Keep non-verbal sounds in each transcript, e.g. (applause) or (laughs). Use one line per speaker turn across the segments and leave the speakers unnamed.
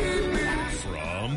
From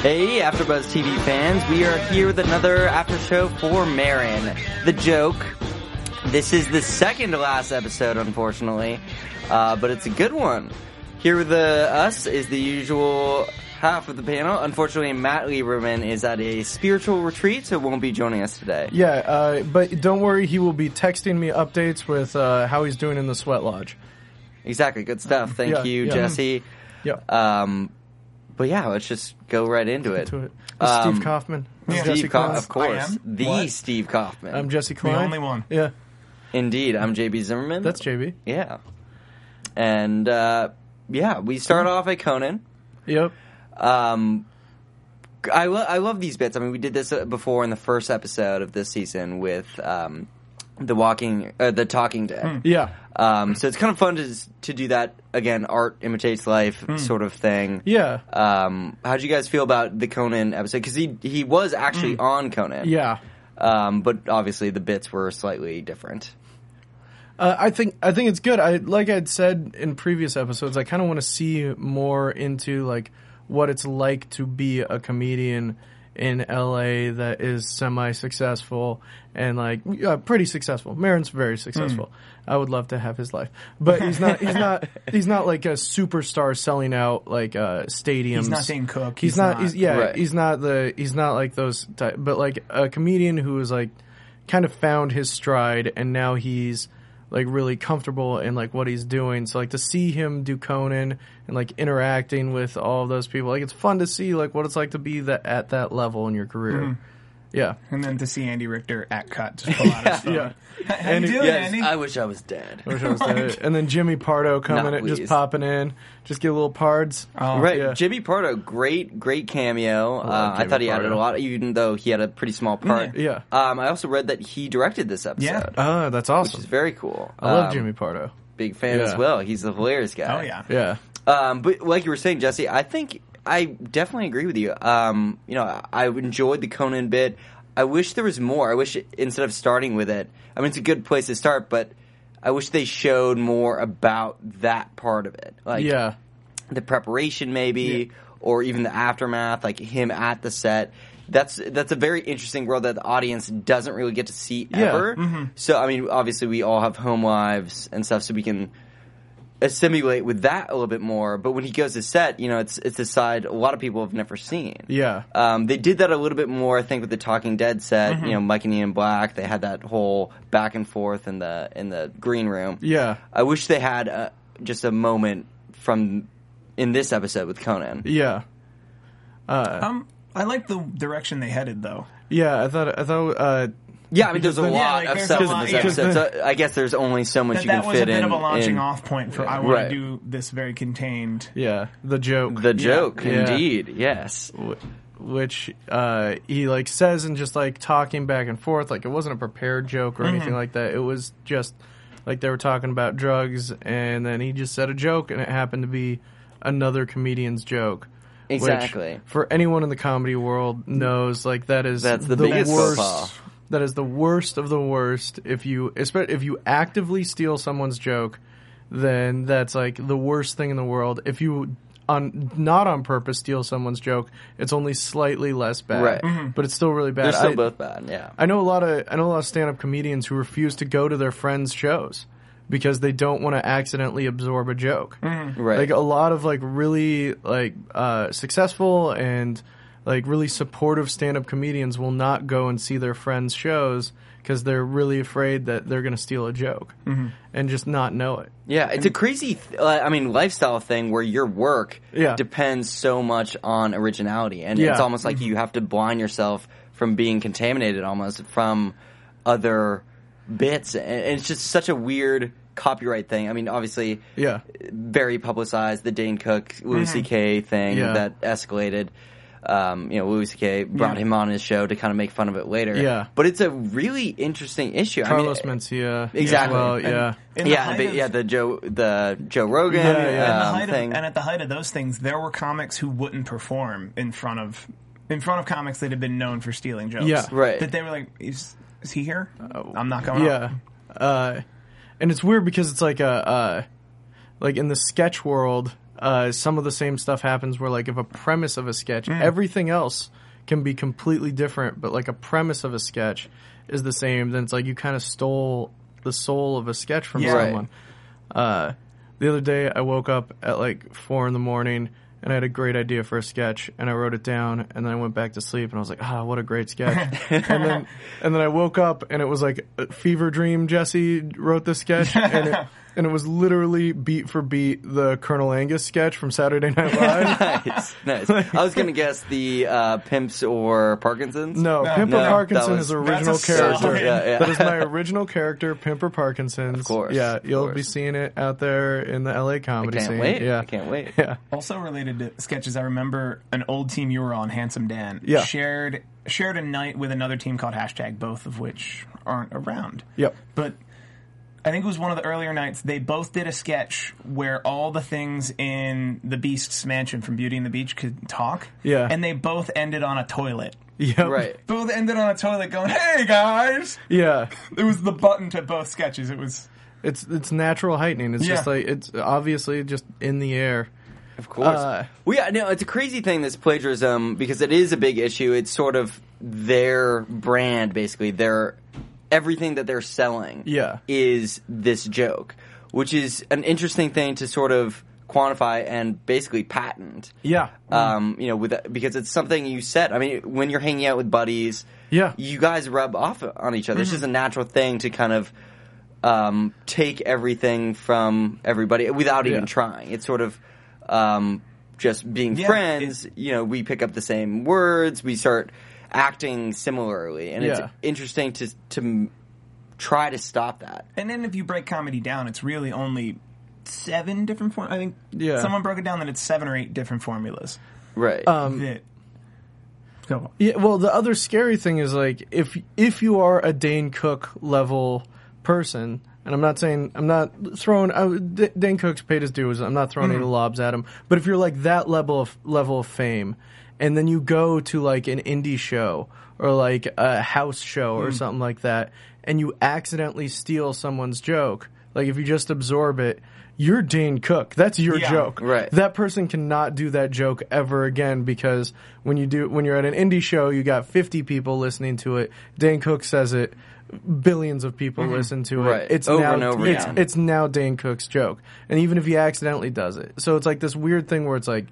Hey, AfterBuzz TV fans, we are here with another after show for Marin. The joke. This is the second to last episode, unfortunately, uh, but it's a good one. Here with uh, us is the usual half of the panel. Unfortunately, Matt Lieberman is at a spiritual retreat, so won't be joining us today.
Yeah, uh, but don't worry, he will be texting me updates with uh, how he's doing in the sweat lodge.
Exactly, good stuff. Thank
Yeah,
you,
yeah.
Jesse.
Yep.
Um, but yeah, let's just go right into it.
Uh, to it.
Um,
Steve Kaufman. I'm Jesse
Steve Kaufman,
Klein.
of course.
am?
The
What?
Steve Kaufman.
I'm Jesse Klein.
only one.
Yeah,
Indeed, I'm JB Zimmerman.
that's JB.
Yeah. And uh, yeah, we start off at Conan.
Yep.
Um, I, lo- I love these bits. I mean, we did this uh, before in the first episode of this season with um, the walking, uh, the talking dead.
Yeah.
Um, so it's kind of fun to to do that again. Art imitates life, sort of thing.
Hmm. Yeah.
Um, how'd you guys feel about the Conan episode? Because he he was actually on Conan.
Hmm. Yeah.
Um, but obviously the bits were slightly different.
Uh, I think I think it's good. I like I'd said in previous episodes. I kind of want to see more into like what it's like to be a comedian in LA that is semi-successful and like uh, pretty successful. Marin's very successful.
Mm.
I would love to have his life, but he's not. He's not.
(laughs)
He's not like a superstar selling out like uh, stadiums.
He's not Dane Cook.
He's,
He's
not.
not-
He's, yeah.
Right.
He's not the. He's not like those. Type, but like a comedian who is like kind of found his stride and now he's like really comfortable in like what he's doing so like to see him do conan and like interacting with all of those people like it's fun to see like what it's like to be that at that level in your career yeah
And then to see Andy Richter at
(laughs)
cut. Just pull out his phone.
yeah
How you doing, Andy?
I wish I was dead.
Wish I was there. and then jimmy pardo coming
Nah,
in just
please.
popping in just get a little pards
Oh,
Right,
yeah.
Jimmy Pardo, great, great cameo. uh, I
Jimmy
thought he added
Pardo.
a lot, even though he had a pretty small part.
Yeah.
Um, I also read that he directed this episode,
Yeah.
ah that's
which
awesome
is very cool.
i love
Um,
jimmy pardo
Big fan
Yeah.
as well. He's a hilarious guy.
Oh, yeah.
yeah
Um, but like you were saying, Jesse, I think I definitely agree with you. Um, you know, I- I enjoyed the Conan bit. I wish there was more. I wish instead of starting with it, I mean, it's a good place to start, but I wish they showed more about that part of it. Like,
yeah
the preparation maybe or even the aftermath like him at the set that's that's a very interesting world that the audience doesn't really get to see
Yeah, Mm-hmm.
ever so i mean obviously we all have home lives and stuff so we can assimilate with that a little bit more but when he goes to set you know it's it's a side a lot of people have never seen
yeah
um, they did that a little bit more, I think, with the Talking Dead set.
Mm-hmm.
You know, Mike and Ian Black. They had that whole back and forth in the in the green room.
yeah
I wish they had uh just a moment from in this episode with Conan.
yeah
Um, I like the direction they headed, though.
yeah i thought i thought uh
Yeah, I mean, there's a
Because then-
lot
yeah, like,
of
there's
stuff
a
in
lot-
this
yeah.
episode. So I guess there's only so much
That,
you
that
can
was
fit
a bit
in.
of a launching
in
off point for I want
Right.
to do this very contained.
yeah the joke
The joke,
Yeah.
indeed, yes.
wh- which uh, he like says and just like talking back and forth like it wasn't a prepared joke or anything like that it was just like they were talking about drugs and then he just said a joke and it happened to be another comedian's joke which,
Exactly.
for anyone in the comedy world knows like that is
That's the biggest faux pas.
worst that is the worst of the worst if you espe- if you actively steal someone's joke then that's like the worst thing in the world if you on not on purpose steal someone's joke it's only slightly less bad
Right.
but it's still really bad
They're still
I,
both bad, yeah.
I know a lot of I know a lot of stand up comedians who refuse to go to their friends shows because they don't want to accidentally absorb a joke
Right.
oh, like a lot of like really like uh, successful and like really supportive stand-up comedians will not go and see their friends' shows because they're really afraid that they're going to steal a joke
Mm-hmm.
and just not know it.
Yeah, it's a crazy, th- uh, I mean, lifestyle thing where your work
Yeah.
depends so much on originality, and it's
Yeah.
almost like you have to blind yourself from being contaminated, almost from other bits, and and it's just such a weird copyright thing. I mean, obviously,
Yeah.
very publicized the Dane Cook Louis C.K. thing
Mm-hmm. Yeah.
that escalated. Um, you know, Louis C.K. brought him on his show to kind of make fun of it later.
Yeah.
but it's a really interesting issue.
Carlos
I mean,
Mencia.
Exactly.
As well,
And-
yeah.
In the
yeah, and
height
the,
of-
yeah, the Joe, the Joe Rogan
Yeah, yeah.
And, the
um,
height of,
thing.
and at the height of those things, there were comics who wouldn't perform in front of in front of comics that had been known for stealing jokes.
Yeah.
Right.
That they were like, is, is he here? I'm not going.
Yeah. Uh, and it's weird because it's like a, uh, like in the sketch world, uh, some of the same stuff happens where like if a premise of a sketch, everything else can be completely different, but like a premise of a sketch is the same. Then it's like you kind of stole the soul of a sketch from
Yeah.
Right.
someone. Uh, the other day I woke up at like four in the morning and I had a great idea for a sketch and I wrote it down and then I went back to sleep and I was like, ah, what a great sketch. and
(laughs)
then, and then I woke up and it was like a fever dream. Jesse wrote this sketch
(laughs)
and it, and it was literally beat for beat the Colonel Angus sketch from Saturday
(laughs)
Night Live.
(laughs) nice, nice. I was gonna guess the uh, pimps or Parkinson's.
No,
No,
Pimper
no, that
Parkinson
was-
is
that's
original
a solid-
character.
Yeah, yeah.
That
(laughs)
is my original character, Pimper Parkinson's. Of
course,
yeah,
of
you'll
course.
be seeing it out there in the LA comedy
can't
scene.
wait.
Yeah,
I can't wait.
Yeah,
Also related to sketches, I remember an old team you were on, Handsome Dan,
Yeah.
shared shared a night with another team called Hashtag, both of which aren't around.
Yep.
But I think it was one of the earlier nights. They both did a sketch where all the things in the Beast's mansion from Beauty and the Beach could talk.
Yeah.
And they both ended on a toilet.
Yep.
right.
Both ended on a toilet, going, "Hey guys!"
Yeah.
It was the button to both sketches. It was
It's it's natural heightening. It's just
Yeah.
like it's obviously just in the air.
Of course.
Uh,
well, yeah, no, it's a crazy thing, this plagiarism, because it is a big issue. It's sort of their brand, basically. Their everything that they're selling
Yeah.
is this joke, which is an interesting thing to sort of quantify and basically patent.
Yeah.
Um, you know, with because it's something you said. I mean, when you're hanging out with buddies,
Yeah. Mm-hmm.
you guys rub off on each other. It's just a natural thing to kind of um, take everything from everybody without even
Yeah.
trying. It's sort of um, just being
Yeah,
friends. You know, we pick up the same words. We start acting similarly, and it's
Yeah.
interesting to to m- try to stop that.
And then if you break comedy down, it's really only seven different form. I think
Yeah.
someone broke it down that it's seven or eight different formulas.
Right.
Um,
that go
Yeah, well, the other scary thing is like if if you are a Dane Cook level person, and I'm not saying I'm not throwing I, D- Dane Cook's paid his dues. I'm not throwing any lobs at him, but if you're like that level of level of fame, and then you go to like an indie show or like a house show or something like that, and you accidentally steal someone's joke, like if you just absorb it. You're Dane Cook. That's your
Yeah.
joke.
Right.
That person cannot do that joke ever again because when you do when you're at an indie show, you got 50 people listening to it. Dan Cook says it, billions of people listen to it.
Mm-hmm. Right.
It's
Over
now
and over
it's,
again.
it's now Dan Cook's joke. And even if he accidentally does it. So it's like this weird thing where it's like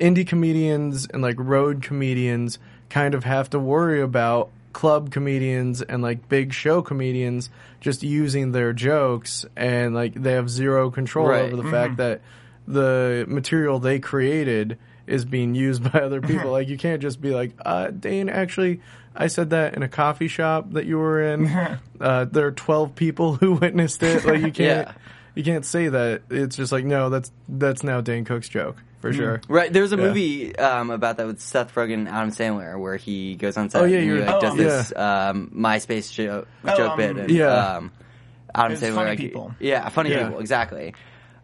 indie comedians and like road comedians kind of have to worry about club comedians and like big show comedians just using their jokes and like they have zero control
Right.
over the fact that the material they created is being used (laughs) by other people like you can't just be like uh dane actually i said that in a coffee shop that you were
(laughs)
in uh there are 12 people who witnessed it like you
(laughs)
can't
Yeah.
you can't say that it's just like no that's that's now dane cook's joke for sure
Mm-hmm. Right, there's a
Yeah.
movie um, about that with Seth Rogen and Adam Sandler where he goes on set
Oh, yeah,
and he
you're-
like, does
oh,
this um, MySpace jo-
Oh,
joke
um,
bit. And,
yeah.
Um, Adam
It's
Sandler,
funny
like,
people.
yeah, funny
Yeah.
people, exactly.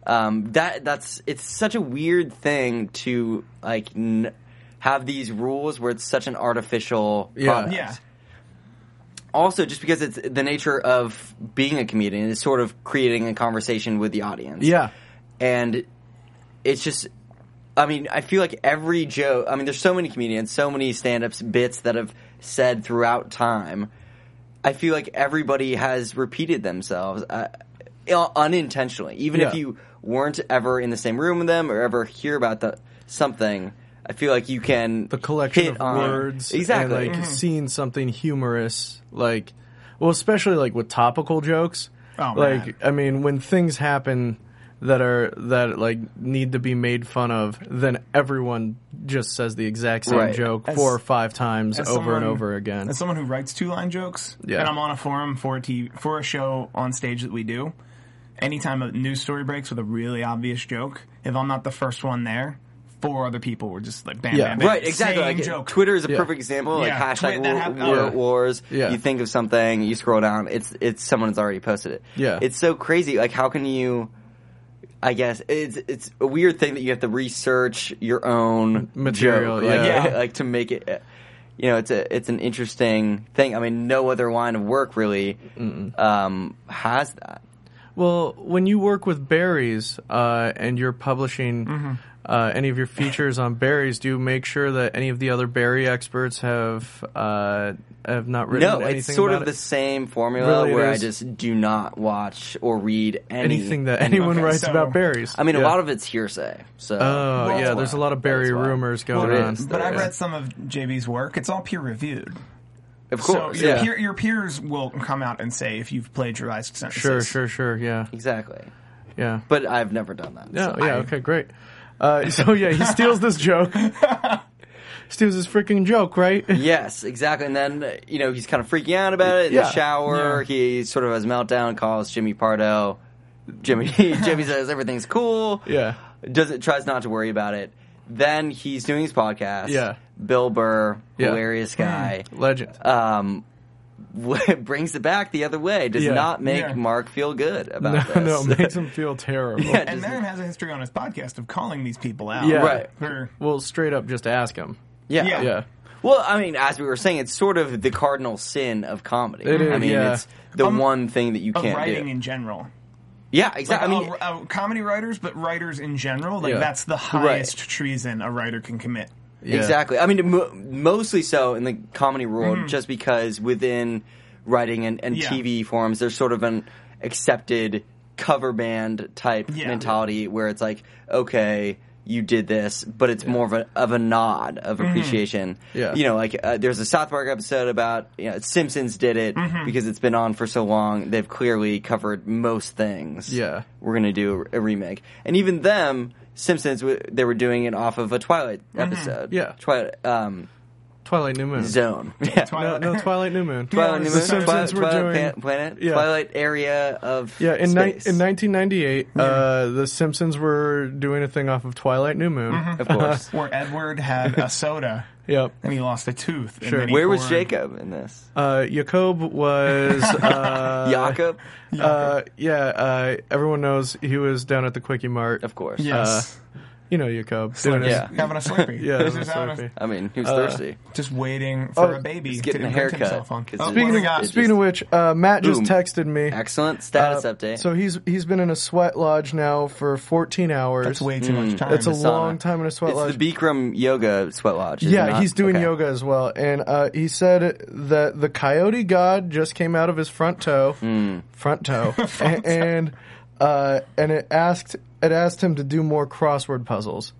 Um, that that's it's such a weird thing to like n- have these rules where it's such an artificial.
Yeah.
product.
yeah
Also, just because it's the nature of being a comedian is sort of creating a conversation with the audience
Yeah.
and it's just i mean i feel like every joke i mean there's so many comedians so many stand-ups bits that have said throughout time i feel like everybody has repeated themselves uh, un- unintentionally even if
Yeah.
you weren't ever in the same room with them or ever hear about the something i I feel like you can
the collection
hit
of
on-
words
exactly. Mm-hmm.
and like
Mm-hmm.
seeing something humorous like well especially like with topical jokes
Oh, man.
like i mean when things happen that are that like need to be made fun of then everyone just says the exact same
Right.
joke
As-
four or five times over
as
and
someone-
over again
As someone who writes two line jokes,
Yeah.
and I'm on a forum for a, TV, for a show on stage that we do, anytime a news story breaks with a really obvious joke, if I'm not the first one there, four other people were just like bam,
Yeah.
bam, bam.
Right, exactly.
Same
Like,
joke.
Twitter is a
Yeah.
perfect example. Like
Yeah,
hashtag
Twi- that
wo-
hap-
wo-
Yeah.
wars.
Yeah.
You think of something, you scroll down. It's it's someone's already posted it.
Yeah.
it's so crazy. Like how can you? I guess it's it's a weird thing that you have to research your own
Material,
joke, like,
yeah.
(laughs)
Yeah.
like to make it. You know, it's a it's an interesting thing. I mean, no other line of work really um, has that.
Well, when you work with berries uh, and you're publishing
Mm-hmm.
uh, any of your features on berries, do you make sure that any of the other berry experts have uh, have not written
No,
anything
it's sort of
about
the
it?
same formula
Really, it
where I
is.
just do not watch or read any,
anything that anyone
Okay,
writes
so-
about berries.
I mean, a
Yeah.
lot of it's hearsay. So
Oh
Well,
yeah, there's a lot of berry
that's why.
rumors
Well,
going
it
on.
is.
But I
Yeah.
read some of JB's work. It's all peer reviewed.
of
So
course,
your,
yeah,
peer, your peers will come out and say if you've plagiarized sentences.
Sure, sure, sure. Yeah,
exactly.
yeah.
But I've never done that.
No,
so.
yeah, okay, great.
(laughs)
Uh, so yeah, he steals this joke. steals his freaking joke, right?
Yes, exactly. And then uh, you know he's kind of freaking out about it in
Yeah,
the shower. He sort of has a meltdown. Calls Jimmy Pardo. Jimmy (laughs)
(laughs)
Jimmy says everything's cool.
(laughs) yeah.
doesn't tries not to worry about it. Then he's doing his podcast.
Yeah.
Bill Burr,
Yeah.
hilarious guy.
Legend.
Um, (laughs) brings it back the other way. Does
Yeah.
not make
Yeah.
Mark feel good about
(laughs) no,
this.
no, makes him feel
(laughs)
terrible.
Yeah,
And
just-
Marin has a history on his podcast of calling these people out.
Yeah.
Right.
For,
Well, straight up, just ask him.
yeah,
Yeah.
Yeah.
Well, I mean, as we were saying, it's sort of the cardinal sin of comedy.
It is,
I mean,
yeah.
it's the
Um,
one thing that you
of
can't
writing
do.
in general.
yeah,
Like,
exactly. I mean,
uh, uh, comedy writers, but writers in general, like
Yeah.
that's the highest treason a writer can commit.
Yeah.
exactly. I mean, mo- mostly so in the comedy world,
Mm-hmm.
just because within writing and, and
Yeah.
TV forms, there's sort of an accepted cover band type
Yeah.
mentality where it's like, okay. You did this, but it's more of a of a nod of appreciation.
Mm-hmm. Yeah.
you know, like uh, there's a South Park episode about you know Simpsons did it
Mm-hmm.
because it's been on for so long. They've clearly covered most things.
Yeah.
we're gonna do a remake. And even them, Simpsons, w- they were doing it off of a Twilight episode.
Yeah.
Twilight um,
Twilight New Moon.
Zone. Yeah.
no, no, Twilight New Moon.
Twilight
Yeah,
New
The
Moon,
Simpsons
Twilight,
were
Twilight
doing-
Pan- Planet,
yeah.
Twilight area of
Yeah, in, ni-
space.
in 1998, uh, the Simpsons were doing a thing off of Twilight New Moon.
of
Uh, (laughs)
course.
(laughs) Where Edward had a soda
Yep.
and he lost a tooth. and
Sure.
then he
Where was
poured-
Jacob in this?
Uh,
(laughs)
Jacob was. Uh,
Jacob,
uh, yeah, uh, everyone knows he was down at the Quickie Mart.
of course.
Yes.
You know Jacob. doing
Slurpee.
his-
yeah.
Having a Slurpee.
Uh, (laughs) Yeah,
Just
having a
having a-
Slurpee.
I mean, he was thirsty.
just waiting for
Oh,
a baby
he's
to
getting a
imprint
haircut,
himself on.
'cause
Oh,
it's-
what do
Speaking
we
of,
got?
It
speaking of which, uh, Matt just
Boom.
texted me.
Excellent
Uh,
status update.
So he's he's been in a sweat lodge now for 14 hours.
That's way too
mm.
much time.
That's a
Sauna.
long time in a sweat
it's
lodge.
the Bikram yoga sweat lodge. is it
Yeah,
not?
he's doing
Okay.
yoga as well, and uh, he said that the coyote god just came out of his front toe,
Hmm. (laughs)
front toe, a- and uh, and it asked it asked him to do more crossword puzzles,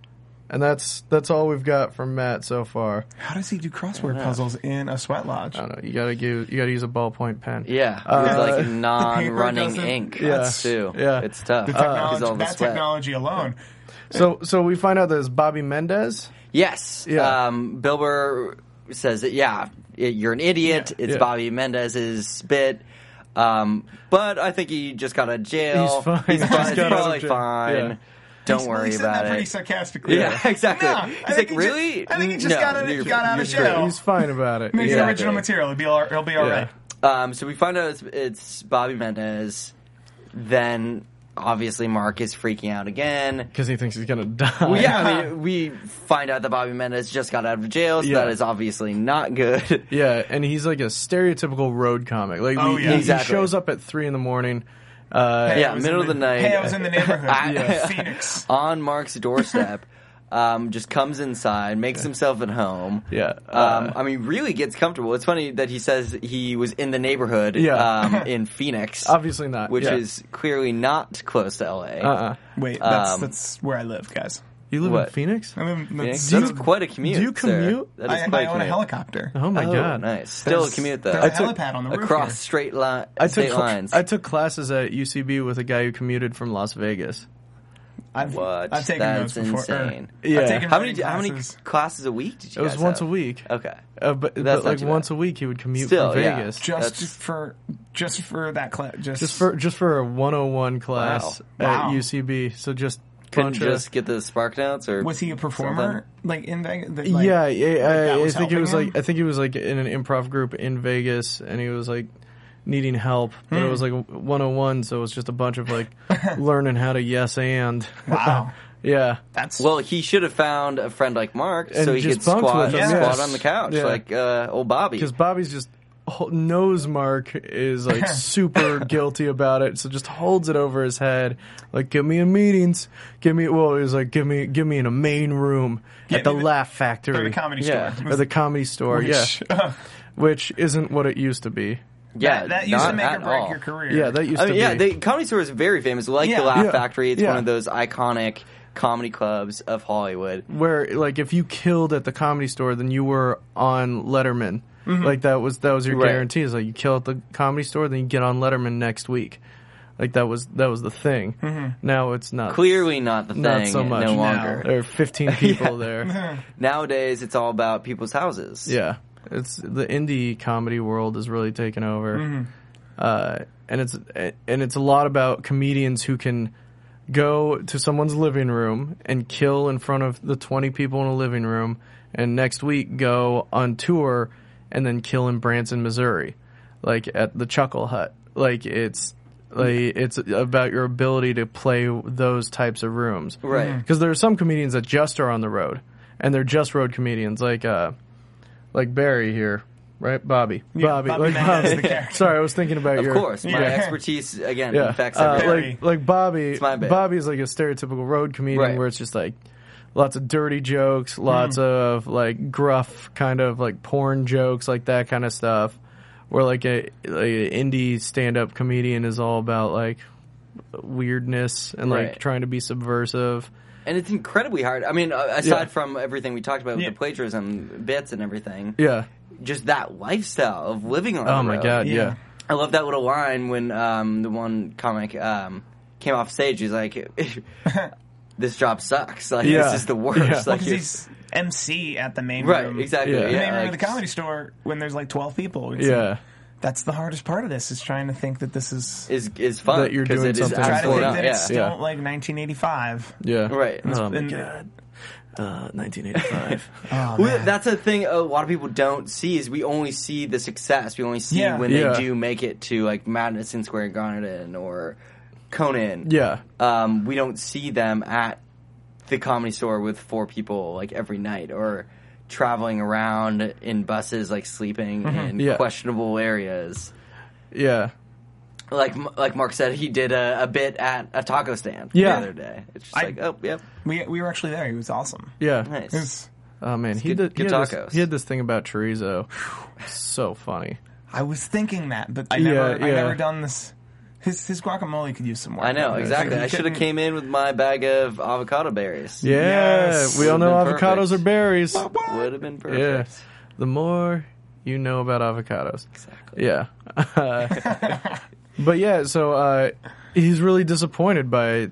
and that's that's all we've got from Matt so far.
How does he do crossword puzzles in a sweat lodge?
I don't know. You gotta give you gotta use a ballpoint pen.
Yeah,
Uh,
with
(laughs)
like non-running
doesn't-
ink.
Yeah.
That's too.
Yeah.
it's tough.
The
because
technology,
Uh, all the
that
sweat.
technology alone.
So so we find out that it's Bobby Mendez.
Yes.
Yeah.
Um, Bill Burr says that, yeah, i- you're an idiot. It's
Yeah.
Bobby Mendez's bit. Um, but I think he just got out of jail.
He's fine.
He's,
Just
fine.
got
He's
out of
probably
jail.
fine.
Yeah.
Don't
He's-
worry
he said
about
that pretty
it.
sarcastically.
Yeah, exactly.
No, I
He's
think
like,
he
"Really?"
Just, I think he just
No,
got out
you're-
of, got out
you're
of
straight.
jail.
He's fine about it.
Make it
Yeah.
original material. It'll be all, it'll be all
Yeah.
right.
Um, so we find out it's, it's Bobby Mendez. Then obviously Mark is freaking out again.
Because he thinks he's gonna die.
Well, yeah, (laughs) I mean, we find out that Bobby Mendez just got out of jail, so
Yeah.
that is obviously not good.
Yeah, and he's like a stereotypical road comic. Like
Oh,
we,
yeah.
he
Exactly.
shows up at three in the morning. Uh,
Yeah,
I was
middle
in
of the night.
Hey, I was in the
(laughs)
neighborhood.
I-
Phoenix.
on Mark's
(laughs)
doorstep. Um, just comes inside, makes himself at home.
Yeah, uh,
um, I mean, really gets comfortable. It's funny that he says he was in the neighborhood
Yeah. (laughs)
um, in Phoenix,
Obviously not,
which
yeah.
is clearly not close to LA.
uh-uh.
Wait, that's
Um,
that's where I live, guys.
You live in
What?
Phoenix?
I mean, that's-
That's
that's-
quite a commute.
do you
sir.
commute?
That is
I,
quite
I own a
commute.
helicopter.
Oh my
oh,
god.
nice. Still
There's-
a commute
there's
though.
a I took- helipad on the roof
across
here.
straight line,
I
state
took
lines.
I took classes at UCB with a guy who commuted from Las Vegas.
I've,
what?
I've taken
That's
those before. Uh, or
insane.
Yeah.
I've taken
How many?
writing
How many
classes.
classes a week did you?
It was
guys
once
have?
a week.
Okay.
Uh, but but,
That's not
like
too
once
bad.
a week he would commute
Still,
from
yeah.
Vegas.
Just
That's-
for just for that class. Just,
Just for just for a 101 class
Wow.
at
Wow.
UCB. So just
Couldn't
bunch of-
just get the spark notes, or
was he a performer like in Vegas? That, like,
yeah, yeah, I,
that
I
was
think it
helping
was
him?
like I think he was like in an improv group in Vegas, and he was like needing help, but
Hmm.
it was like 101, so it was just a bunch of
(laughs)
like learning how to yes and
Wow,
(laughs) yeah,
that's (laughs)
Well, he should have found a friend like Mark so
And
he
just
could
bunked
squat,
with him,
squat
yes.
on the couch
Yeah.
like uh, old Bobby.
because Bobby's just ho- knows Mark is
(laughs)
like super guilty about it, so just holds it over his head, like give me in meetings, give me well, it was like give me give me in a main room at the
me the-
Laugh
or
Factory,
the comedy
Yeah.
store.
or the comedy store, yeah, which isn't what it used to be.
yeah,
that used to
not
make or
at
break
all.
your career.
Yeah, that used
I
to
mean,
be.
yeah, the comedy store is very famous, like
Yeah.
the Laugh
Yeah.
Factory. It's
Yeah.
one of those iconic comedy clubs of Hollywood.
where like if you killed at the comedy store then you were on letterman like that was that was your
Mm-hmm. Right.
guarantee is like you kill at the comedy store then you get on letterman next week like that was that was the thing now it's not
Clearly not the Mm-hmm. thing.
not so much
No longer.
there
(laughs)
are 15 people there
Nowadays, it's all about people's houses.
yeah it's the indie comedy world is really taken over uh, and it's and it's a lot about comedians who can go to someone's living room and kill in front of the 20 people in a living room and next week go on tour and then kill in Branson, Missouri, like at the Chuckle Hut. Like it's like it's about your ability to play those types of rooms.
Right. Mhm.
Cuz there are some comedians that just are on the road and they're just road comedians like uh like Barry here, right? Bobby. Bobby,
Bobby
like
Mack is
Bobby.
the
(laughs)
character.
Sorry, I was thinking about
Of
your
course, my
Yeah.
expertise again
yeah.
affects
Uh,
everything.
Very-
like like Bobby.
my bad.
Bobby's like a stereotypical road comedian
Right.
where it's just like lots of dirty jokes, lots
Hmm.
of like gruff kind of like porn jokes, like that kind of stuff. Where like a like an indie stand up comedian is all about like weirdness and like
Right.
trying to be subversive.
and it's incredibly hard. I mean, uh, aside
Yeah.
from everything we talked about with
Yeah.
the plagiarism bits and everything,
Yeah.
just that lifestyle of living on.
Oh
the
my
road.
god. Yeah.
Yeah.
I love that little line when um, the one comic um, came off stage. He's like, (laughs) "This job sucks. Like
Yeah.
this is the worst.
Yeah.
Like
because
you're-
he's MC at the main
right,
room.
exactly.
Yeah.
Yeah,
The
The main room
like,
of the comedy store when there's like twelve people. It's
Yeah.
like- that's the hardest part of this is trying to think that this is
is is fun
That you're
'cause
doing
it is
something
try to
absolutely
think
not.
Absolutely
that it's
yeah.
still
Yeah.
like 1985.
Yeah.
Right.
Oh my
And-
god. Uh, (laughs) 1985.
Oh,
Well, that's a thing a lot of people don't see is we only see the success. We only see
Yeah.
when
Yeah.
they do make it to like Madison Square Garden or Conan.
yeah.
um, we don't see them at the comedy store with four people like every night or traveling around in buses like sleeping in
Yeah.
questionable areas
Yeah.
like like mark said he did a, a bit at a taco stand
Yeah.
the other day it's just
I-
like oh yep
We we were actually there. He was awesome.
Yeah.
nice
It's-
Oh man, he
good-
did.
good
he, had this,
tacos.
he had this thing about chorizo.
(laughs)
so funny.
I was thinking that, but I
Yeah,
never I
yeah.
never done this. His his guacamole could use some work.
i know exactly
He
i should have
couldn't-
came in with my bag of avocado berries
Yeah,
Yes.
we all know
Would've been
avocados
perfect.
are berries.
would have been perfect
Yeah, the more you know about avocados.
exactly
Yeah, but yeah, (laughs) so uh, he's really disappointed by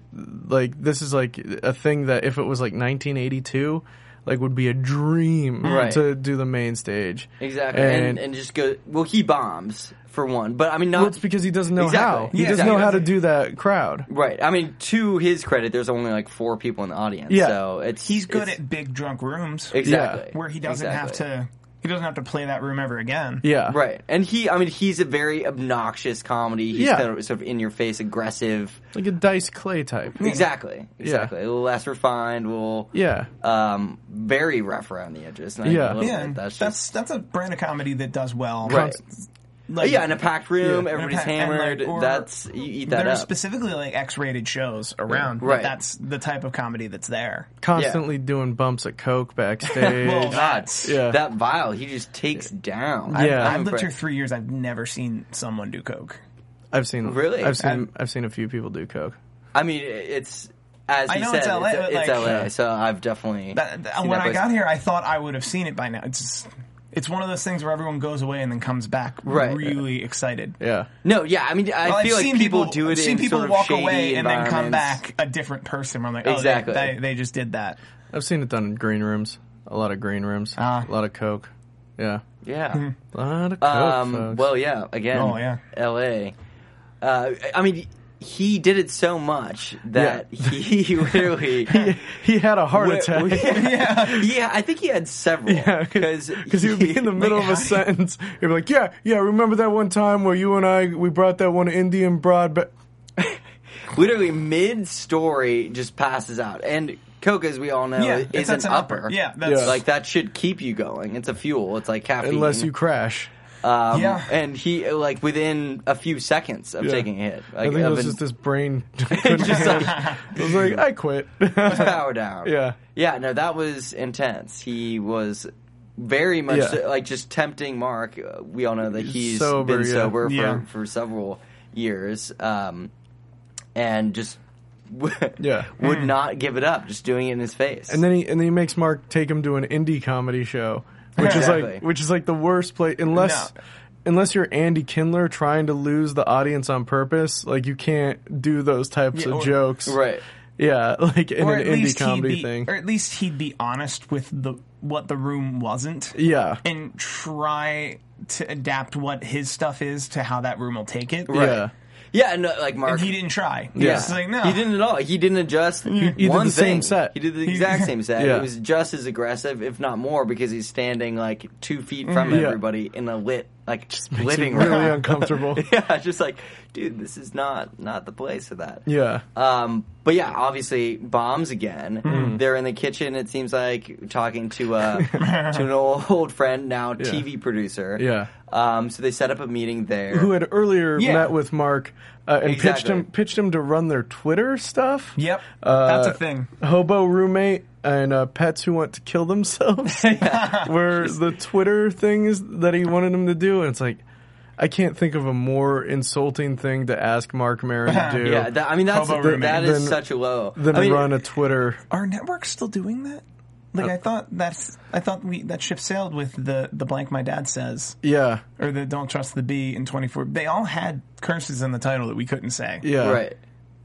like this is like a thing that if it was like 1982, like would be a dream
Right.
to do the main stage.
exactly and, and, just go well he bombs for one but i mean not
well, it's because he doesn't know
Exactly.
how. He
Yeah,
doesn't
exactly.
know how to do that crowd.
Right. I mean, to his credit, there's only like four people in the audience.
Yeah.
So it's
He's good
it's-
at big drunk rooms
exactly
Yeah.
where he doesn't
Exactly.
have to he doesn't have to play that room ever again.
Yeah,
Right. And he, I mean, he's a very obnoxious comedy. He's
Yeah.
kind of, sort of in your face, aggressive.
like a Dice Clay type.
Exactly. Exactly. A little less refined. A little
Yeah.
um, very rough around the edges. Not
Yeah.
even a little
Yeah,
bit.
that's
That's
that's,
just
a brand of comedy that does well.
right.
Like,
yeah, in a packed room,
Yeah.
everybody's
And, like,
hammered.
or
that's you eat that
There's
up.
specifically like X-rated shows around. but
Right.
That's the type of comedy that's there.
constantly doing bumps at Coke backstage.
(laughs)
Well,
That's
Yeah.
that vial he just takes down.
I've- Yeah.
I've lived here
impressed.
three years. I've never seen someone do coke.
I've seen
Really?
I've seen
And-
I've seen a few people do Coke.
I mean, it's. as
I
he
know
said,
it's LA, but, like,
LA, so I've definitely.
That, that-
seen
when
that
I
place.
got here, I thought I would have seen it by now. It's just, it's one of those things where everyone goes away and then comes back
Right.
really excited.
Yeah.
No, yeah, I mean, I
Well,
feel
I've
like
seen
people, do it
I've seen
in
people
sort of
walk
shady
away and then come
environments.
back a different person. Where I'm like, oh, they-
Exactly.
they, they just did that. (laughs)
I've seen it done in green rooms. A lot of green rooms.
Ah.
A lot of coke. Yeah.
Yeah.
A lot of coke.
Um,
Hmm. folks.
well, yeah. Again,
Oh, yeah.
L.A. Uh, I mean, he did it so much that he (laughs) literally.
(laughs) (laughs) he had
(laughs)
a heart attack. (laughs)
yeah. yeah, I think he had several because
Because he would be
(laughs)
in the middle of a sentence. He'd be like, "Yeah, yeah, remember that one time where you and I we brought that one Indian broad back."
literally mid-story just passes out, and coke, as we all know,
Yeah,
is
that's
an
an
upper.
upper. Yeah, that's-
Yeah.
like that should keep you going. It's a fuel. It's like caffeine.
unless you crash.
um,
Yeah.
and he like within a few seconds of
Yeah.
taking a hit, like, uh,
I think it
of
was
an-
just this brain. (laughs) couldn't handle it. it was like I quit.
(laughs)
(laughs)
power down.
Yeah.
Yeah, no, that was intense. He was very much
Yeah.
so- like just tempting Mark. Uh, We all know that
He's
he's
sober,
been
yeah.
sober for,
Yeah.
for several years um, and just (laughs)
Yeah.
would not give it up, just doing it in his face.
and then he and then he makes Mark take him to an indie comedy show, which is like
Exactly.
which is like the worst place unless
No.
unless you're Andy Kindler trying to lose the audience on purpose. Like you can't do those types of
Yeah, or-
jokes,
right.
Yeah, (laughs) like in
Or
an
at
indie
least
comedy
he'd be, er
thing.
or at least he'd be honest with the what the room wasn't.
yeah,
and try to adapt what his stuff is to how that room will take it.
yeah.
Yeah, no, like Mark.
And he didn't try.
Yeah.
Yeah. He's like, no.
He didn't at all. He didn't adjust
he did
one
the same
thing.
set.
He did the exact
(laughs)
same set.
Yeah.
It was just as aggressive, if not more, because he's standing like two feet from
Mm-hmm. Yeah.
everybody in a lit, like
It's
living room.
really uncomfortable.
(laughs) yeah, just like, dude, this is not not the place for that.
Yeah.
Um, but yeah, obviously bombs again.
Mm-hmm.
They're in the kitchen. It seems like talking to
(laughs)
uh, to an old friend now, TV producer.
Yeah.
Um, so they set up a meeting there.
Who had earlier
Yeah.
met with Mark uh, and pitched
Exactly.
him pitched him to run their Twitter stuff.
Yep.
Uh,
That's a thing.
Hobo roommate and uh, pets who want to
(laughs)
kill themselves. where the Twitter thing is that he wanted him to do, and it's like I can't think of a more insulting thing to ask Mark Maron
(laughs)
to do
yeah, that, I mean that's
Hobo roommate.
that is
Then-
such a low.
than
I mean,
run a Twitter.
Are networks still doing that? Like
Uh,
I thought that's I thought we that ship sailed with the the blank my dad says
Yeah,
or the don't trust the bee in 24 they all had curses in the title that we couldn't say
yeah,
right.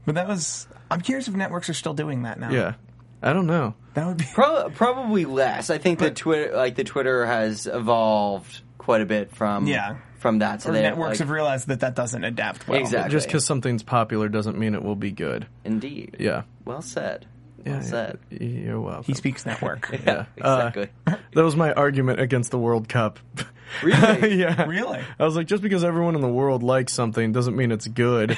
but that was I'm curious if networks are still doing that now
yeah. I don't know.
that would be
Pro- probably less. I think the Twitter, like the Twitter, has evolved quite a bit from
Yeah.
from that. So
(laughs) or
they
networks
like,
have realized that that doesn't adapt well
Exactly.
Just because something's popular doesn't mean it will be good.
indeed.
Yeah.
Well said. Well
Yeah,
said.
You're welcome.
he speaks network
Yeah.
Uh, (laughs)
Exactly.
that was my argument against the World Cup. (laughs)
(laughs)
really.
yeah.
(laughs) really
I was like, just because everyone in the world likes something doesn't mean
(laughs)
it's good.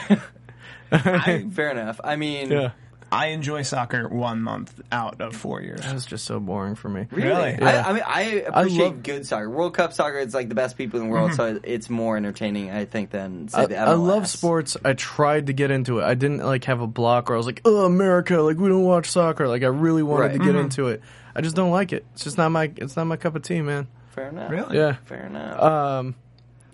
I
Fair enough. I mean.
yeah.
I enjoy soccer one month out of four years.
That was just so boring for me.
Really?
Really?
Yeah.
I, I mean, I appreciate
love-
good soccer. World Cup soccer, it's like the best people in the world,
Mm-hmm.
so it's more entertaining, I think, than say
I,
the MLS.
I love sports. I tried to get into it. I didn't like have a block where I was like, "Oh, America! Like we don't watch soccer." Like I really wanted
Right.
to get into it. I just don't like it. It's just not my. It's not my cup of tea, man.
Fair enough.
Really?
Yeah.
Fair enough. But
Um. So-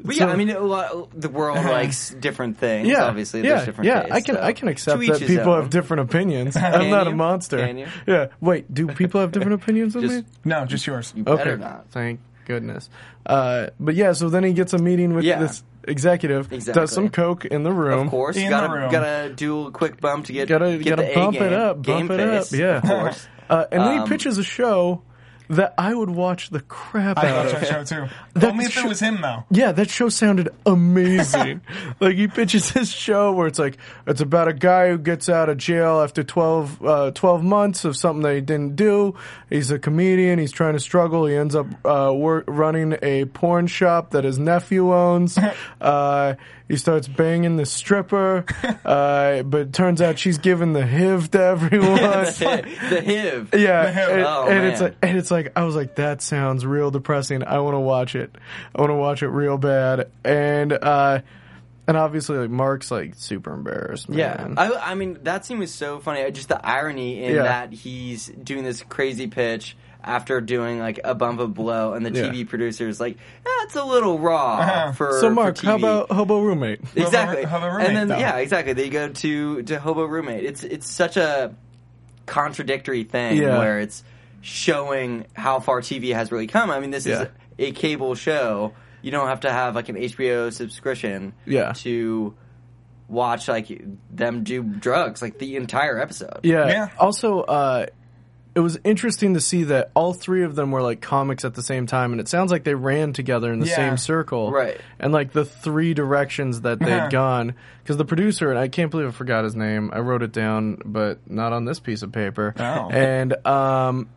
Uh-huh.
yeah, I mean, a lot, the world likes different things.
Yeah.
obviously,
Yeah.
there's different.
yeah.
tastes,
I can.
so
I can
to
accept
each
that
his
people
own.
have different
(laughs)
opinions. I'm not a
you?
monster.
Can you?
Yeah. Wait. Do people have different opinions of
Just-
me?
No, just yours.
You
Okay.
better not.
Thank goodness. Uh, but yeah, so then he gets a meeting with
Yeah.
this executive,
Exactly.
does some coke in the room.
Of course,
In
gotta
the room.
gotta do a quick bump to get
Gotta
get
gotta
the A
bump
game,
it up,
game
bump it
face,
up. Yeah.
of
(laughs)
course.
Uh, and then he
Um,
pitches a show that I would watch the crap
I
out
watched
of.
that show too.
That
Only if
show-
it was him though.
Yeah, that show sounded amazing. like he pitches this show where it's like it's about a guy who gets out of jail after 12, uh, 12 months of something that he didn't do. He's a comedian. He's trying to struggle. He ends up uh, wor- running a porn shop that his nephew owns. uh, he starts banging the stripper, uh, but it turns out she's giving the HIV to everyone.
the hiv.
Yeah, and,
Oh,
and it's
man.
like, and it's like I was like, that sounds real depressing. I want to watch it. I want to watch it real bad. And uh, and obviously, like Mark's like super embarrassed.
Yeah,
man.
I, I mean that scene was so funny. I- Just the irony in
Yeah.
that he's doing this crazy pitch after doing like a bump of blow, and the
Yeah.
TV producer is like, "That's a little raw
Uh-huh.
for." for
so Mark, how
TV."
about hobo roommate?
exactly?
Hobo- hobo
and
roommate,
then
though.
yeah, exactly. They go to to hobo roommate. It's it's such a contradictory thing
Yeah.
where it's showing how far TV has really come. I mean, this
Yeah.
is a cable show. You don't have to have like an HBO subscription
Yeah.
to watch like them do drugs like the entire episode.
Yeah.
Yeah.
Also, uh, it was interesting to see that all three of them were like comics at the same time, and it sounds like they ran together in the
Yeah.
same circle,
Right.
And like the three directions that they
Uh-huh.
had gone, because the producer and I can't believe I forgot his name. I wrote it down, but not on this piece of paper.
Oh.
And um,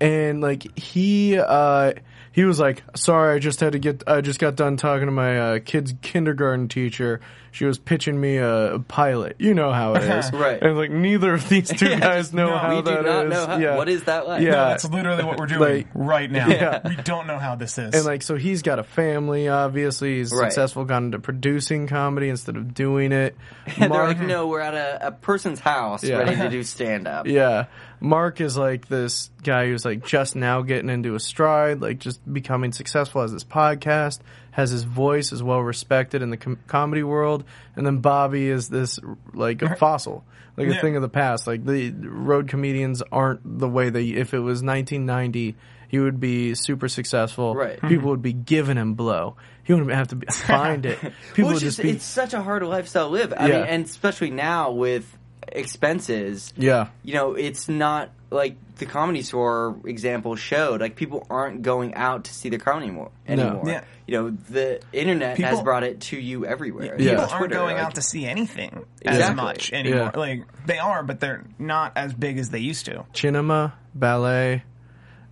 and like he uh he was like sorry i just had to get i just got done talking to my uh, kid's kindergarten teacher she was pitching me a, a pilot you know
(laughs)
how it is
Right.
and like neither of these
(laughs)
two guys know
no,
how
we do
that
not
is.
know how-
yeah.
what is that like?
yeah
No, that's literally what we're doing
Uh, Like-
right now.
Yeah.
We don't know how this is.
and like so he's got a family obviously he's
Right.
successful got into producing comedy instead of doing it
(laughs) And (laughs) they're
Mark-
like, no, we're at a, a person's house
Yeah.
ready to do stand up.
Yeah. Mark is like this guy who's like just now getting into a stride, like just becoming successful as his podcast, has his voice is well respected in the com- comedy world, and then Bobby is this like a fossil, like a
Yeah.
thing of the past. Like the road comedians aren't the way they if it was 1990 he would be super successful.
Right. Mm-hmm.
People would be giving him blow. He wouldn't have to be,
(laughs)
find it. People
Well,
would
it's
just
just,
be
it's such a hard lifestyle to live. I
Yeah.
mean, and especially now with expenses.
yeah.
you know, it's not like the comedy store example showed. Like people aren't going out to see the comedy anymore. anymore.
Yeah.
You know, the internet has
People-
brought it to you everywhere.
Yeah.
People
It's
aren't
Twitter,
going
like-
out to see anything as
Exactly.
much anymore.
Yeah.
Like they are, but they're not as big as they
(laughs)
used to.
cinema, ballet,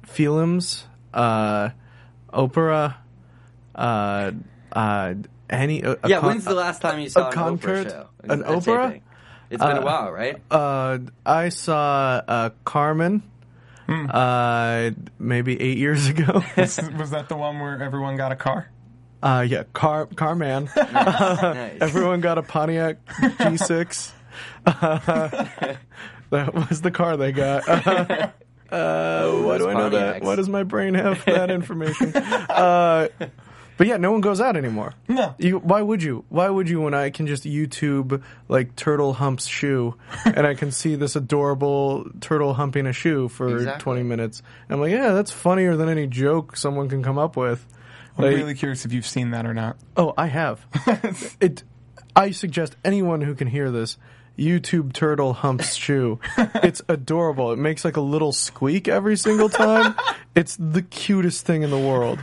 films, uh, opera, uh, uh, any. A, a
Yeah,
con-
when's the last time you saw an
concert?
Oprah show?
An
That's
opera?
anything. It's been a while,
(laughs)
right?
Uh, I saw uh, Carmen.
Hmm.
Uh, maybe eight years
(laughs)
ago. (laughs)
Was that the one where everyone got a car?
uh, yeah, Car
(laughs)
Carman.
Nice.
(laughs) Everyone got a Pontiac G6. Uh, (laughs) that was the car they got. (laughs) Uh, why do I know that?
Pontiacs.
Why does my brain have that information? Uh, but yeah, no one goes out anymore.
No.
You, why would you? Why would you when I can just YouTube like turtle humps shoe and I can see this adorable turtle humping a shoe for
Exactly.
20 minutes? I'm like, yeah, that's funnier than any joke someone can come up with.
I'm
Like-
really curious if you've seen that or not.
Oh, I have. it. I suggest anyone who can hear this. YouTube turtle humps shoe. It's adorable. It makes like a little squeak every single time. it's the cutest thing in the world.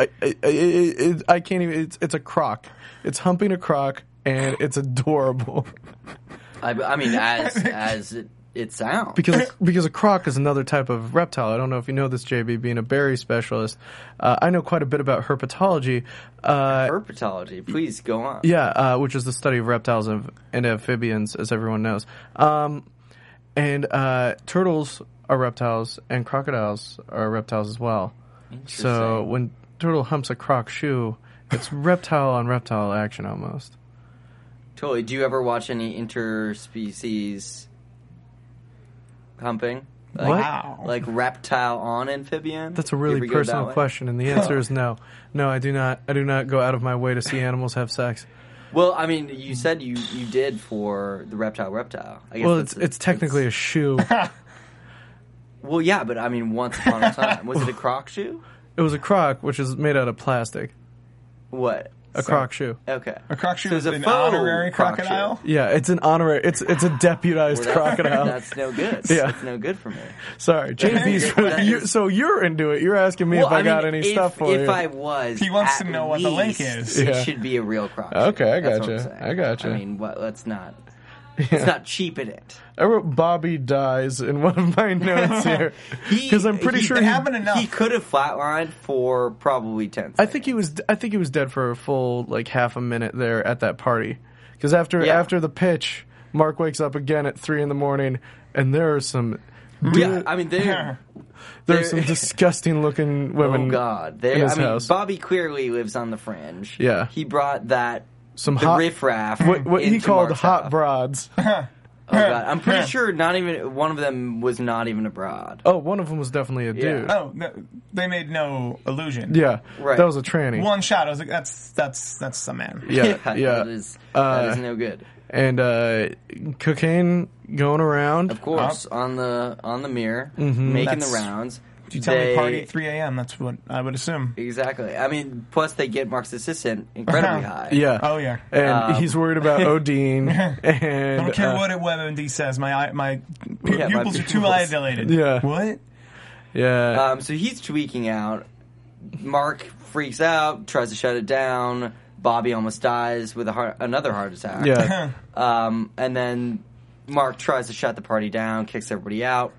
I, I, I, I, I can't even. It's, it's a croc. It's humping a croc, and it's adorable
I, I mean,
(laughs)
as as it, it sounds.
because because a croc is another type of reptile. I don't know if you know this, JB, being a berry specialist. Uh, I know quite a bit about herpetology. Uh,
herpetology. Please go on.
Yeah, uh, which is the study of reptiles and, and amphibians, as everyone knows. Um, and uh, turtles are reptiles, and crocodiles are reptiles as well. So
Interesting.
when turtle humps a croc shoe, it's reptile on reptile action almost.
Totally. Do you ever watch any interspecies humping? Like,
What?
Wow.
Like reptile on amphibian?
That's a
You
really
ever go
personal
that way? (laughs)
question, and the answer is no. No, I do not. I do not go out of my way to see animals have sex.
Well, I mean, you said you, you did for the reptile reptile. I guess
Well,
that's
it's it's technically
(laughs)
a shoe.
well, yeah, but I mean, once upon a time,
(laughs)
was it a croc shoe?
It was a croc, which is made out of plastic.
What?
A croc shoe.
Okay,
A croc shoe
So
is
it's a
an
faux
honorary
croc shoe.
crocodile.
Yeah, it's an honorary. It's it's a deputized
Well, that- (laughs)
crocodile.
That's no good.
Yeah.
That's no good for me.
Sorry, JB's.
That is-
you, so you're into it. You're asking me if I,
mean,
got any
if,
stuff for
if
you.
I was,
He wants to
at
know what the link
least
is.
It
Yeah.
should be a real croc.
Okay, I
got
gotcha. I gotcha.
I mean, what, let's
(laughs)
not. Let's not cheapen it.
I wrote Bobby dies in one
(laughs)
of my notes here
He-
because I'm pretty
he-
sure
It
he,
happened enough.
He could have flatlined for probably ten. Seconds.
I think he was. I think he was dead for a full like half a minute there at that party because after
Yeah.
after the pitch, Mark wakes up again at three in the morning, and there are some
Yeah, I mean, they
there are
there-
some disgusting looking
(laughs)
women.
Oh God! They,
his
I mean,
house.
Bobby clearly lives on the fringe.
Yeah.
he brought that
Some
the
hot-
riffraff.
What, what he
into
called
Mark's
hot
house. (laughs)
broads.
Oh God! I'm pretty
Yeah.
sure not even one of them was not even abroad.
Oh, one of them was definitely a
Yeah.
dude.
Oh, no, they made no illusion.
Yeah,
Right.
that was a
(laughs)
tranny.
One shot. I was like, that's that's that's a man.
yeah, Uh, yeah.
that is that is no good.
and uh, cocaine going around.
of course, on the on the mirror,
Mm-hmm.
making
That's-
the rounds.
If you tell me
They-
party at 3 a.m., that's what I would assume.
Exactly. I mean, plus they get Mark's assistant incredibly high.
Yeah.
Oh, yeah.
And
Um,
he's worried
(laughs)
about Odin. and
I don't care
uh,
what it WebMD says. My eye, my pu-
Yeah, my
pupils are too
pupils.
eye dilated.
Yeah.
What?
Yeah.
Um, so he's tweaking out. Mark freaks out, tries to shut it down. Bobby almost dies with a heart, another heart attack.
(laughs)
yeah.
Um, and then Mark tries to shut the party down, kicks everybody out.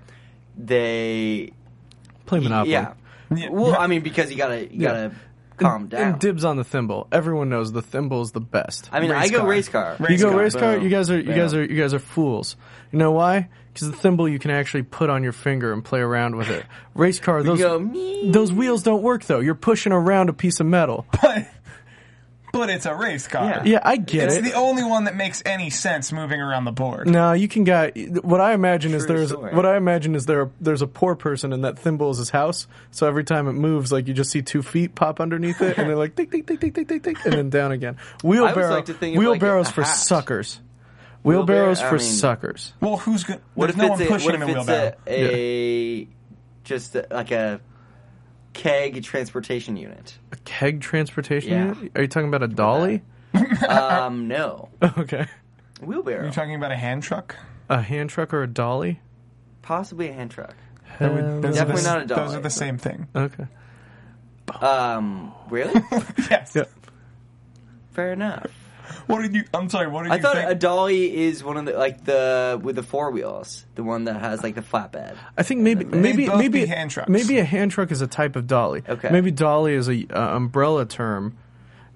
They,
Play Monopoly.
yeah.
Yeah.
Well, I mean, because you gotta, you
Yeah.
gotta calm down.
And dibs on the thimble. Everyone knows the thimble's the best.
I mean,
race
I go
car.
race car.
Race
you go
car.
race car.
Boom.
You guys are you guys
Yeah.
are you guys are fools. You know why? Because the thimble you can actually put on your finger and play around with it. Race car. Those
go, "Mee."
those wheels don't work though. You're pushing around a piece of metal.
But, but it's a race car.
Yeah, I get
It's
it.
the only one that makes any sense moving around the board.
No, you can got what I imagine is
True
there's
story.
what I imagine is there there's a poor person and that thimble is his house. So every time it moves, like you just see two feet pop underneath it, and they're like tick tick tick tick tick tick tick, and then down again. Wheelbarrow,
like to think of, like,
wheelbarrows
a
for
hat.
suckers. Wheelbarrows
I
for
mean-
suckers.
Well, who's good?
What
There's
if
no
it's
one
a, what
pushing
if
a
it's
wheelbarrow.
a, a just a, like a keg transportation unit?
A keg transportation.
Yeah.
unit? Are you talking about a dolly?
Um,
(laughs)
no,
(laughs) Okay,
wheelbarrow,
You're talking about a hand truck?
a hand truck or a dolly?
possibly a hand truck.
That would- those are the
Um, Definitely
s-
not a dolly.
Those are the
(laughs)
same thing.
Okay.
Oh.
Um,
(laughs)
really?
Yes.
Yeah.
Fair enough.
What did you? I'm sorry. What did
I
you
thought
think?
a dolly is one of the like the with the four wheels, the one that has like the flatbed.
I think maybe maybe
both
maybe
be hand trucks.
maybe a hand truck is a type of dolly.
Okay.
Maybe dolly is a uh, umbrella term,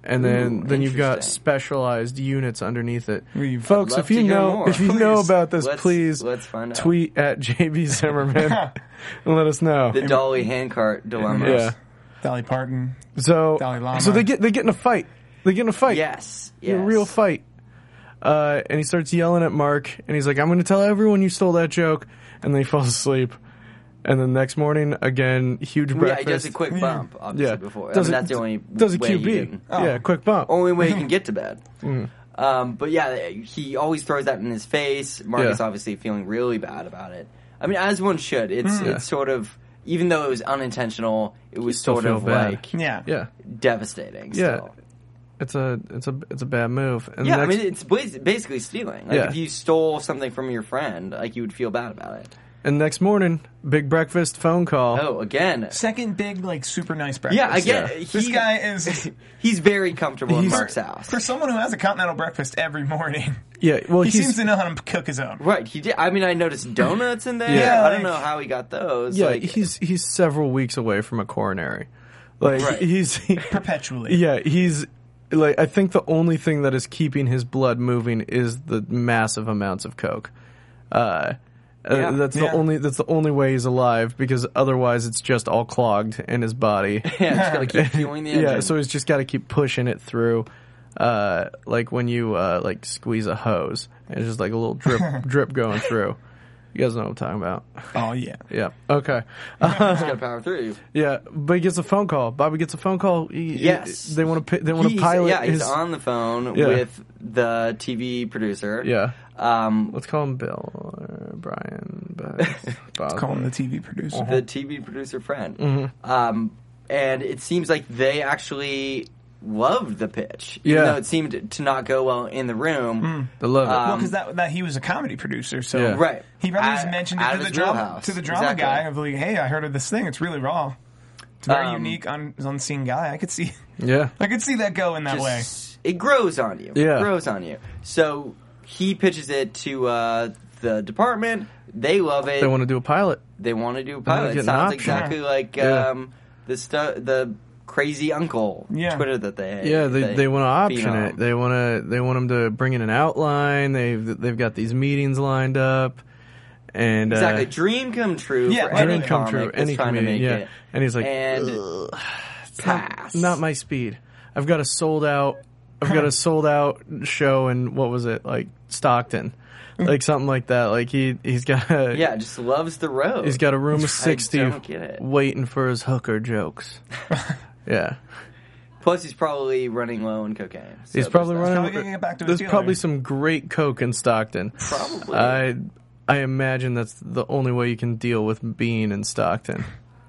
and
Ooh,
then then you've got
interesting.
specialized units underneath it.
We've- I'd
Folks,
love
if you
to hear
know
more.
if you know
Please.
about this,
Let's-
please
let's find out.
tweet at (laughs)
(laughs)
JB Zimmerman and let us know.
The dolly hand cart dilemma.
yeah.
Dolly Parton.
So
Dalai Lama.
so they get they get in a fight. They get in a fight.
Yes.
A
Yes.
real fight. Uh, and he starts yelling at Mark, and he's like, "I'm going to tell everyone you stole that joke," and then he falls asleep. And the next morning, again, huge
Yeah,
breakfast.
it does a quick bump, obviously,
Yeah.
before.
Does
I mean,
it-
that's the only
does a
way you
QB.
can- Oh.
Yeah, quick bump.
only way you
(laughs)
can get to bed.
Mm-hmm.
Um, but yeah, he always throws that in his face. Mark
Yeah.
is obviously feeling really bad about it. I mean, as one should. It's it's sort of even though it was unintentional, it was
Mm. still
sort
feel
of
bad.
like
Yeah.
Yeah,
devastating.
Yeah.
Still.
it's a it's a it's a bad move. And
Yeah,
the
I
next,
mean, it's bas- basically stealing. Like,
Yeah.
if you stole something from your friend, like, you would feel bad about it.
and next morning, big breakfast phone call.
Oh, again. (laughs)
Second big, like super nice breakfast.
Yeah, again. He,
Yeah.
This guy is
He's very comfortable in
He's- (laughs)
Mark's house.
for someone who has a continental breakfast every morning.
Yeah, well,
He
he's,
seems to know how to cook his own.
right, he did. I mean, I noticed donuts in there.
Yeah,
I don't
like-
know how he got those.
yeah,
like,
he's he's several weeks away from a coronary. Like
Right.
he's
(laughs)
Perpetually.
yeah, he's like I think the only thing that is keeping his blood moving is the massive amounts of coke. Uh, uh,
Yeah.
that's the
Yeah.
only that's the only way he's alive because otherwise it's just all clogged in his body.
(laughs) (laughs) yeah, just gotta
(laughs)
keep fueling the engine.
Yeah, so he's just got to keep pushing it through, uh, like when you uh, like squeeze a hose and it's just like a little drip
(laughs)
drip going through. You guys know what I'm talking about.
Oh yeah.
Yeah. Okay. Uh,
just (laughs) gotta power through.
Yeah, but he gets a phone call. Bobby gets a phone call. He-
Yes.
They want to. They want to
He's-
pilot
yeah,
his.
he's on the phone
Yeah.
with the TV producer.
Yeah.
Um,
Let's call him Bill or Brian.
(laughs)
But Bob.
Calling the TV producer.
the TV producer friend.
Mm-hmm.
Um, and it seems like they actually loved the pitch. Even
Yeah. Hmm.
though it seemed to not go well in the room.
I love it.
Um,
because that, that he was a comedy producer, so
um, Yeah.
Right.
He probably just
Out-
mentioned
out
it to
of
the
his
drama
wheelhouse.
to the drama
Exactly.
guy of like, hey, I heard of this thing. It's really raw. It's a very
Um,
unique, un- unseen guy. I could see, (laughs)
yeah.
I could see that go in that way.
Just- It grows on you.
Yeah.
It grows on you. So he pitches it to uh, the department. They love it.
They want to do a pilot.
They want to do a
wanna
pilot.
get
It
an
sounds
option.
exactly like
Yeah.
um, the stu- the crazy uncle
Yeah.
Twitter that they had.
Yeah, they they, want to option
phenom.
it. They uh, want to they want him to bring in an outline. They've they've got these meetings lined up, and
exactly
uh,
dream come true.
Yeah,
for
dream
any
come
comic
true,
that's
any
trying
comedian,
to
yeah.
make it.
And he's like,
and pass.
not my speed. I've got a sold out. I've
(laughs)
got a sold out show in what was it like Stockton, like something like that. Like he he's got a,
Mm. (laughs) yeah, just loves the road.
he's got a room of sixty
don't get it. (laughs)
waiting for his hooker jokes. yeah,
Plus, he's probably running low on cocaine. So
He's probably
there's that.
running.
Probably gonna get back to his
there's
dealer.
probably some great coke in Stockton.
Probably.
I I imagine that's the only way you can deal with being in Stockton.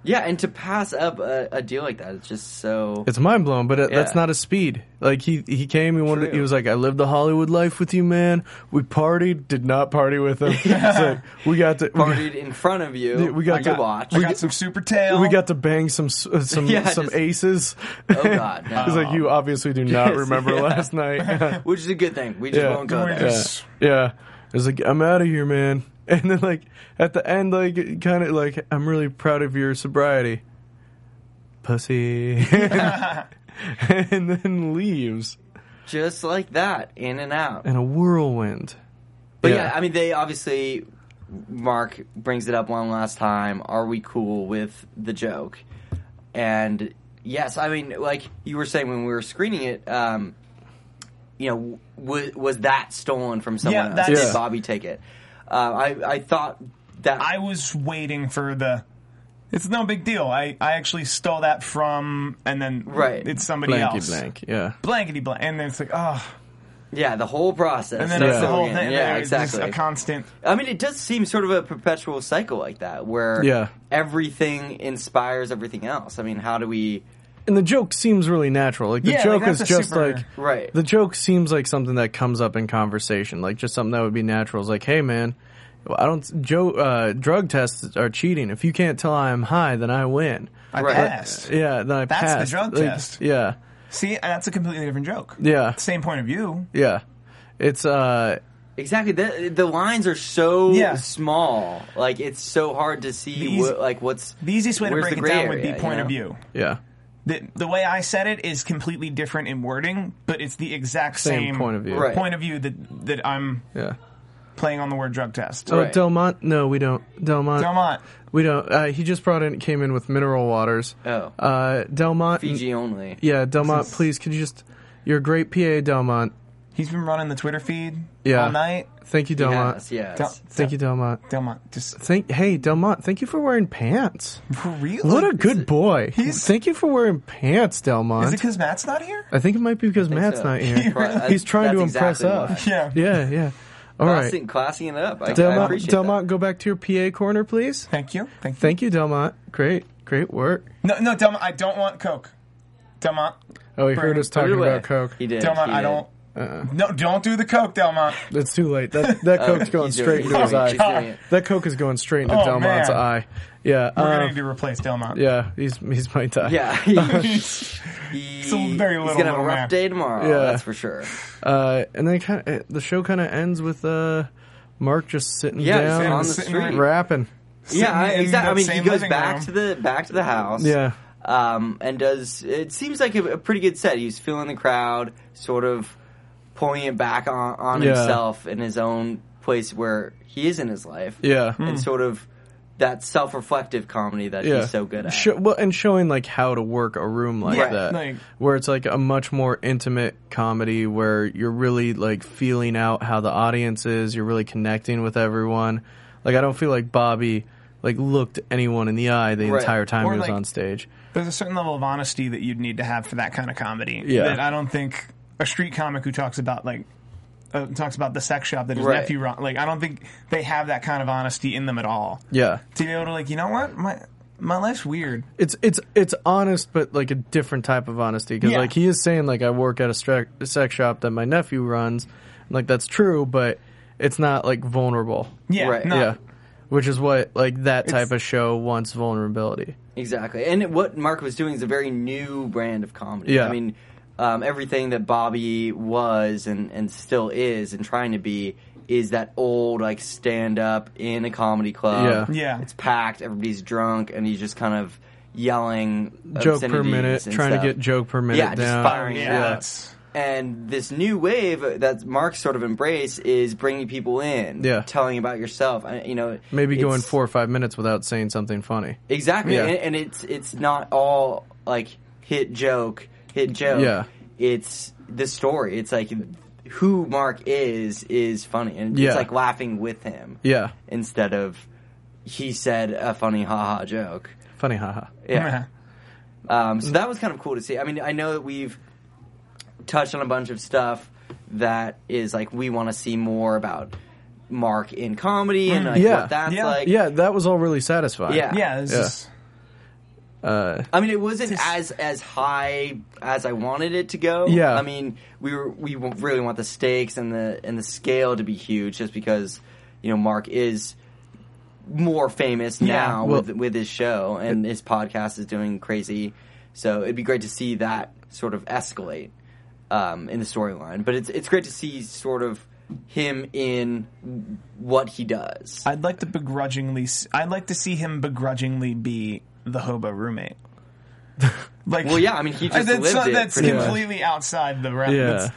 Yeah, and to pass up a, a deal like that, it's just so.
It's mind blowing, but it, that's
Yeah.
not a speed. Like he he came, he wanted,
True.
he was like, I lived the Hollywood life with you, man. We partied, did not party
(laughs)
with him. It's like, we got to we got-
partied in front of you.
Yeah, we got
to
that.
watch.
I got some super tail.
We got to bang some s- uh,
(laughs)
some
Yeah,
some
just-
aces. (laughs)
Oh, God, no.
He's like, you obviously do
(laughs)
not
Yes,
remember
yeah. (laughs)
last night.
which is a good thing. We just
Yeah.
won't go there.
We're
yeah,
Yes.
yeah. He's like, I'm out of here, man. (laughs) And then like at the end, like kind of like, I'm really proud of your sobriety, pussy. (laughs) and then leaves
Just like that, in and out.
in a whirlwind.
But yeah. I mean, they obviously. Mark brings it up one last time. Are we cool with the joke? And yes, I mean, like you were saying when we were screening it, um, you know, w- was that stolen from someone
Yeah,
else?
that's-
Did Bobby take it? Uh, I I thought that
I was waiting for the. It's no big deal. I, I actually stole that from, and then
Right.
it's somebody
blanky
else.
blank. Yeah.
Blankety blank. And then it's like, oh.
Yeah, the whole process.
And then
That's
it's the
so
whole
again.
thing.
Yeah,
It's just
exactly.
a constant.
I mean, it does seem sort of a perpetual cycle like that, where
Yeah.
everything inspires everything else. I mean, how do we?
And the joke seems really natural. Like the
Yeah, like,
joke is
that's a
just
super-
like
Right.
The joke seems like something that comes up in conversation, like just something that would be natural. It's like, hey man, I don't Joe uh, drug tests are cheating. If you can't tell I'm high, then I win.
I
Right.
passed.
Yeah, then I
That's the
passed.
drug
Like,
test.
Yeah,
See, that's a completely different joke.
yeah,
Same point of view.
yeah. It's uh,
Exactly. The, the lines are so
Yeah.
small. Like it's so hard to
The
see
easy-
what, like what's
The easiest way to
where's
break
the
it
gray
down
area,
would be
you
point of
know?
view.
yeah,
The, the way I said it is completely different in wording, but it's the exact
Same
same,
point of view.
Right.
point of view that that I'm
yeah.
playing on the word drug test.
Oh,
Right.
Delmont? No, we don't. Delmont.
Delmont.
We don't. Uh, he just brought in, came in with mineral waters.
Oh.
Uh, Delmont.
Fiji only.
Yeah, Delmont. Please, could you just? You're a great PA, Delmont.
He's been running the Twitter feed
Yeah.
all night.
Thank you, Delmont.
Yes. Yes.
Del-
Thank you, Delmont.
Delmont. Just
Thank hey Delmont, thank you for wearing pants.
for real.
What a good boy.
He's-
thank you for wearing pants, Delmont.
Is it because Matt's not here?
I think it might be because Matt's
so.
not here.
Right, that's-
He's trying to
that's
impress
exactly
us.
why.
Yeah.
yeah, yeah. All right,
Classing, classing it up. I, I
Delmont,
appreciate
Delmont, go back to your PA corner, please.
Thank you. Thank you.
Thank you, Delmont. Great, great work.
no, no, Delmont. I don't want Coke. Delmont.
Oh, he
Bring-
heard us
that. Put it
talking
away.
about Coke.
He did.
Delmont.
he
I
did. Uh-uh.
don't. No, don't do the Coke, Delmont.
It's too late. That that
(laughs) Oh,
Coke's
he's doing-
going straight
he's
into his
doing it,
eye.
he's doing it.
That Coke is going straight into
Oh,
Delmont's
man.
eye. Yeah, uh,
We're gonna need to replace Delmont.
yeah. He's he's my
(laughs)
die. (laughs)
Yeah, he, he- he's
a very little
gonna have a
little
rough
man.
day tomorrow.
Yeah.
That's for sure.
Uh, and then kind of, the show kind of ends with uh, Mark just sitting
Yeah, he's
down,
on the
sitting
street.
rapping.
Yeah, I-
in
exactly. I
that
mean, he
same
goes
living
back
room.
to the back to the house.
Yeah.
um, and does it seems like a, a pretty good set. He's feeling the crowd, sort of pulling it back on, on
Yeah.
himself in his own place where he is in his life.
Yeah,
Hmm.
Hmm.
and sort of that self-reflective comedy that
yeah.
he's so good at.
Sho- well, and showing like how to work a room like
Yeah,
that,
like-
where it's like a much more intimate comedy where you're really like feeling out how the audience is. You're really connecting with everyone. Like I don't feel like Bobby like looked anyone in the eye the
Right.
entire time
Or,
he was
like-
on stage.
There's a certain level of honesty that you'd need to have for that kind of comedy.
Yeah.
That I don't think a street comic who talks about like uh, talks about the sex shop that his
Right.
nephew run. Like I don't think they have that kind of honesty in them at all.
Yeah,
To be able to like, you know what, my my life's weird.
it's it's it's honest, but like a different type of honesty. Because
Yeah.
like he is saying, like I work at a, stra- a sex shop that my nephew runs. And, like that's true, but it's not like vulnerable.
Yeah.
Right.
no.
Yeah, which is what like that type
It's-
of show wants vulnerability.
Exactly. And what Mark was doing is a very new brand of comedy.
Yeah.
I mean, um, everything that Bobby was and, and still is and trying to be is that old, like, stand up in a comedy club.
Yeah.
Yeah.
It's packed, everybody's drunk, and he's just kind of yelling
Joke per
obscenities
minute,
and
trying
stuff.
to get joke per minute
Yeah, just
down.
firing it
Yeah.
out.
that's-
And this new wave that Mark's sort of embrace is bringing people in,
Yeah.
telling about yourself. I- You know,
Maybe going
it's-
four or five minutes without saying something funny.
Exactly,
Yeah.
and, and it's it's not all like hit joke, hit joke.
Yeah.
it's the story. It's like who Mark is is funny, and
Yeah.
it's like laughing with him
Yeah,
instead of he said a funny haha joke.
(laughs) funny, haha.
Yeah, Um, so that was kind of cool to see. I mean, I know that we've touched on a bunch of stuff that is like we want to see more about Mark in comedy and like
Yeah.
what that's
Yeah.
like.
yeah, that was all really satisfying.
Yeah.
(laughs) Yeah, this
Yeah.
is-
I mean, it wasn't as as high as I wanted it to go.
Yeah.
I mean, we were we w- really want the stakes and the and the scale to be huge, just because you know Mark is more famous now
well-
with with his show and his podcast is doing crazy. So it'd be great to see that sort of escalate um, in the storyline. But it's it's great to see sort of him in what he does.
I'd like to begrudgingly. s- I'd like to see him begrudgingly be the
(laughs)
hobo roommate. Like,
well, yeah, I
(laughs)
mean, he just
that's
lived
not-
it.
that's
pretty much.
completely outside the realm.
yeah.
That's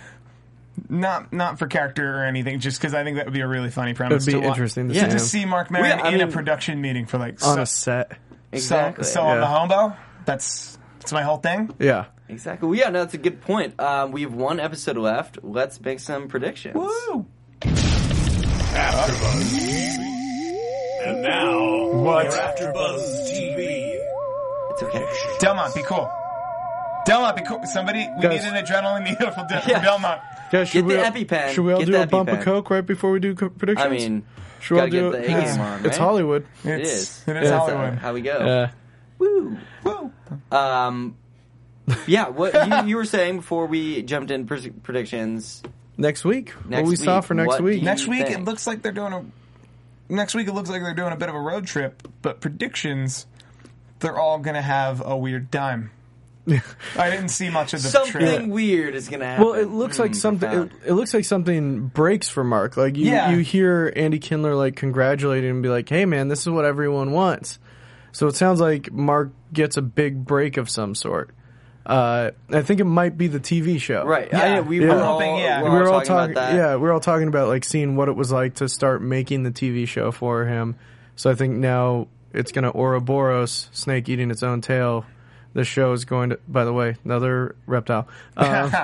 not not for character or anything. Just because I think that would be a really funny
It would
premise.
be
to wa-
interesting to
Yeah.
see,
to
him
see Mark Maron
Well, yeah, I
in a
mean-
production meeting for like
on
so,
a set.
exactly.
so, so on
Yeah.
the hobo. That's that's my whole thing.
Yeah.
Exactly. Well, yeah, no, that's a good point. Um, we have one episode left. Let's make some predictions.
Woo!
And now,
What?
your AfterBuzz TV
It's okay.
Delmont, be cool. Delmont, be cool. Somebody, we
Guys.
need an adrenaline needle for Del-
Yeah.
Delmont.
Guys, should
Get the
we all,
EpiPen.
Should we all
Get
do
the
a bump
EpiPen.
of coke right before we do co- predictions?
I mean,
should we all
gotta get
do
the
it?
A
It's,
game on,
it's
right?
Hollywood.
it
It's,
is.
It is
That's, uh,
Hollywood.
How we go.
Yeah.
Woo.
Woo!
Um, yeah, what you, you were saying before we jumped in pres- predictions.
Next week.
Next
what we saw
week,
for next
what
week.
do you-
Next week,
think?
it looks like they're doing a. Next week, it looks like they're doing a bit of a road trip, but predictions, they're all gonna have a weird time. I didn't see much of the
Something
trip.
weird is going to happen.
well, it looks like
Mm,
something. It,
profound.
it looks like something breaks for Mark. Like you,
Yeah.
you hear Andy Kindler like congratulating him and be like, "Hey, man, this is what everyone wants." So it sounds like Mark gets a big break of some sort. Uh, I think it might be the TV show.
Right.
Yeah.
I know, we
Yeah.
were all,
Hoping, yeah.
we
We
were
were all
talking
talking.
about that.
Yeah, we were all talking about like seeing what it was like to start making the TV show for him. So I think now it's going to Ouroboros, snake eating its own tail. The show is going to. By the way, another
(laughs)
reptile. Um,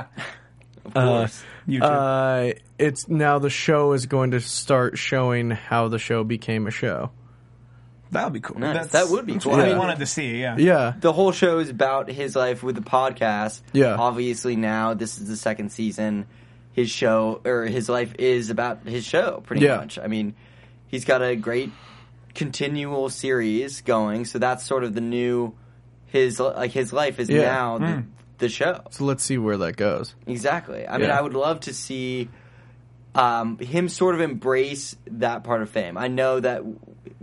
Of course.
YouTube.
uh, it's now the show is going to start showing how the show became a show.
that would be cool.
nice.
That's,
That would be
that's
cool.
What
Yeah.
I wanted to see. Yeah.
Yeah,
the whole show is about his life with the podcast.
Yeah.
Obviously now this is the second season. His show or his life is about his show pretty
Yeah.
much. I mean, he's got a great continual series going, so that's sort of the new his like his life is
Yeah. Hmm.
now the, the show.
so let's see where that goes.
Exactly. I mean,
Yeah.
I would love to see um, him sort of embrace that part of fame. I know that w-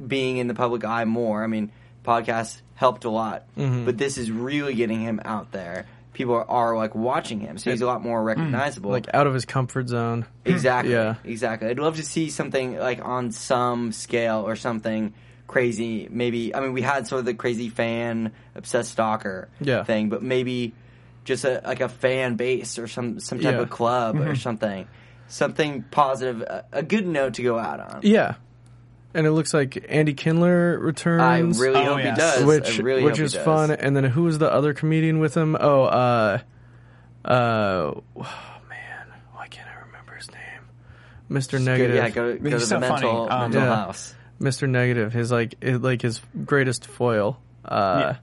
being in the public eye more, I mean, podcasts helped a lot,
Mm-hmm.
but this is really getting him out there. People are, are like watching him, so he's a lot more recognizable.
Mm-hmm. Like out of his comfort zone.
(clears throat) exactly.
Yeah.
Exactly. I'd love to see something like on some scale or something crazy. Maybe I mean we had sort of the crazy fan obsessed stalker
Yeah.
thing, but maybe just a, like a fan base or some some type
Yeah. Mm-hmm.
of club or something, something positive, a, a good note to go out on.
Yeah, and it looks like Andy Kindler returns.
I really
Oh,
hope
yes.
he does.
which
I really
which
hope
is
he does.
fun. And then who was the other comedian with him? Oh, uh, uh, oh man, why can't I remember his name? Mr.
Go-
Negative,
yeah, go, go to the
He's so funny.
mental,
Um,
mental
Yeah.
house.
Mr. Negative, his like his, like his greatest foil. Uh,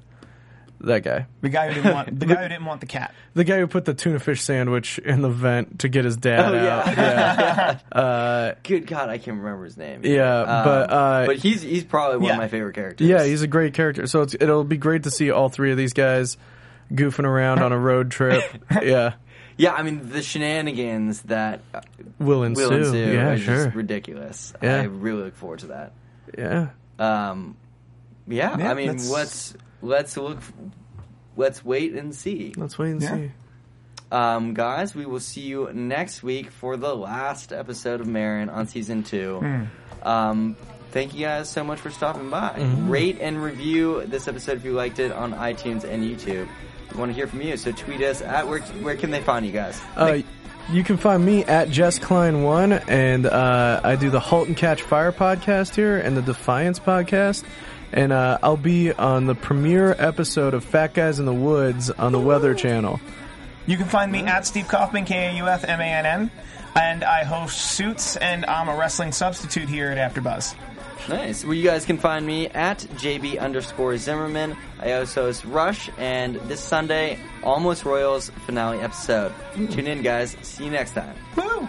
that guy,
The guy who didn't want the guy who didn't want the cat.
the guy who put the tuna fish sandwich in the vent to get his dad
Oh,
out.
yeah.
Yeah,
(laughs)
Uh,
Good God, I can't remember his name.
Yeah,
Um,
but, uh,
but he's he's probably one
Yeah.
of my favorite characters.
yeah, he's a great character. So it's, it'll be great to see all three of these guys goofing around on a
(laughs)
road trip. yeah,
Yeah, I mean the shenanigans that uh,
will ensue.
will ensue
yeah,
are
sure.
just ridiculous.
Yeah.
I really look forward to that.
yeah.
Um, yeah,
Yeah,
I mean
that's-
let's let's look, let's wait and see,
Let's wait and
Yeah.
see.
um, guys. We will see you next week for the last episode of Marin on season two. Um, thank you guys so much for stopping by. Rate and review this episode if you liked it on iTunes and YouTube. We want to hear from you, so tweet us at where where can they find you guys?
Uh, you can find me at Jess Klein One, and uh, I do the Halt and Catch Fire podcast here and the Defiance podcast. And uh, I'll be on the premiere episode of Fat Guys in the Woods on the Weather Channel.
You can find me at Steve Kaufman, K A U F M A N N. and I host Suits, and I'm a wrestling substitute here at AfterBuzz.
Nice. Well, you guys can find me at JB underscore Zimmerman. I also host Rush, and this Sunday, Almost Royals finale episode. Tune in, guys. Hmm. See you next time.
Woo!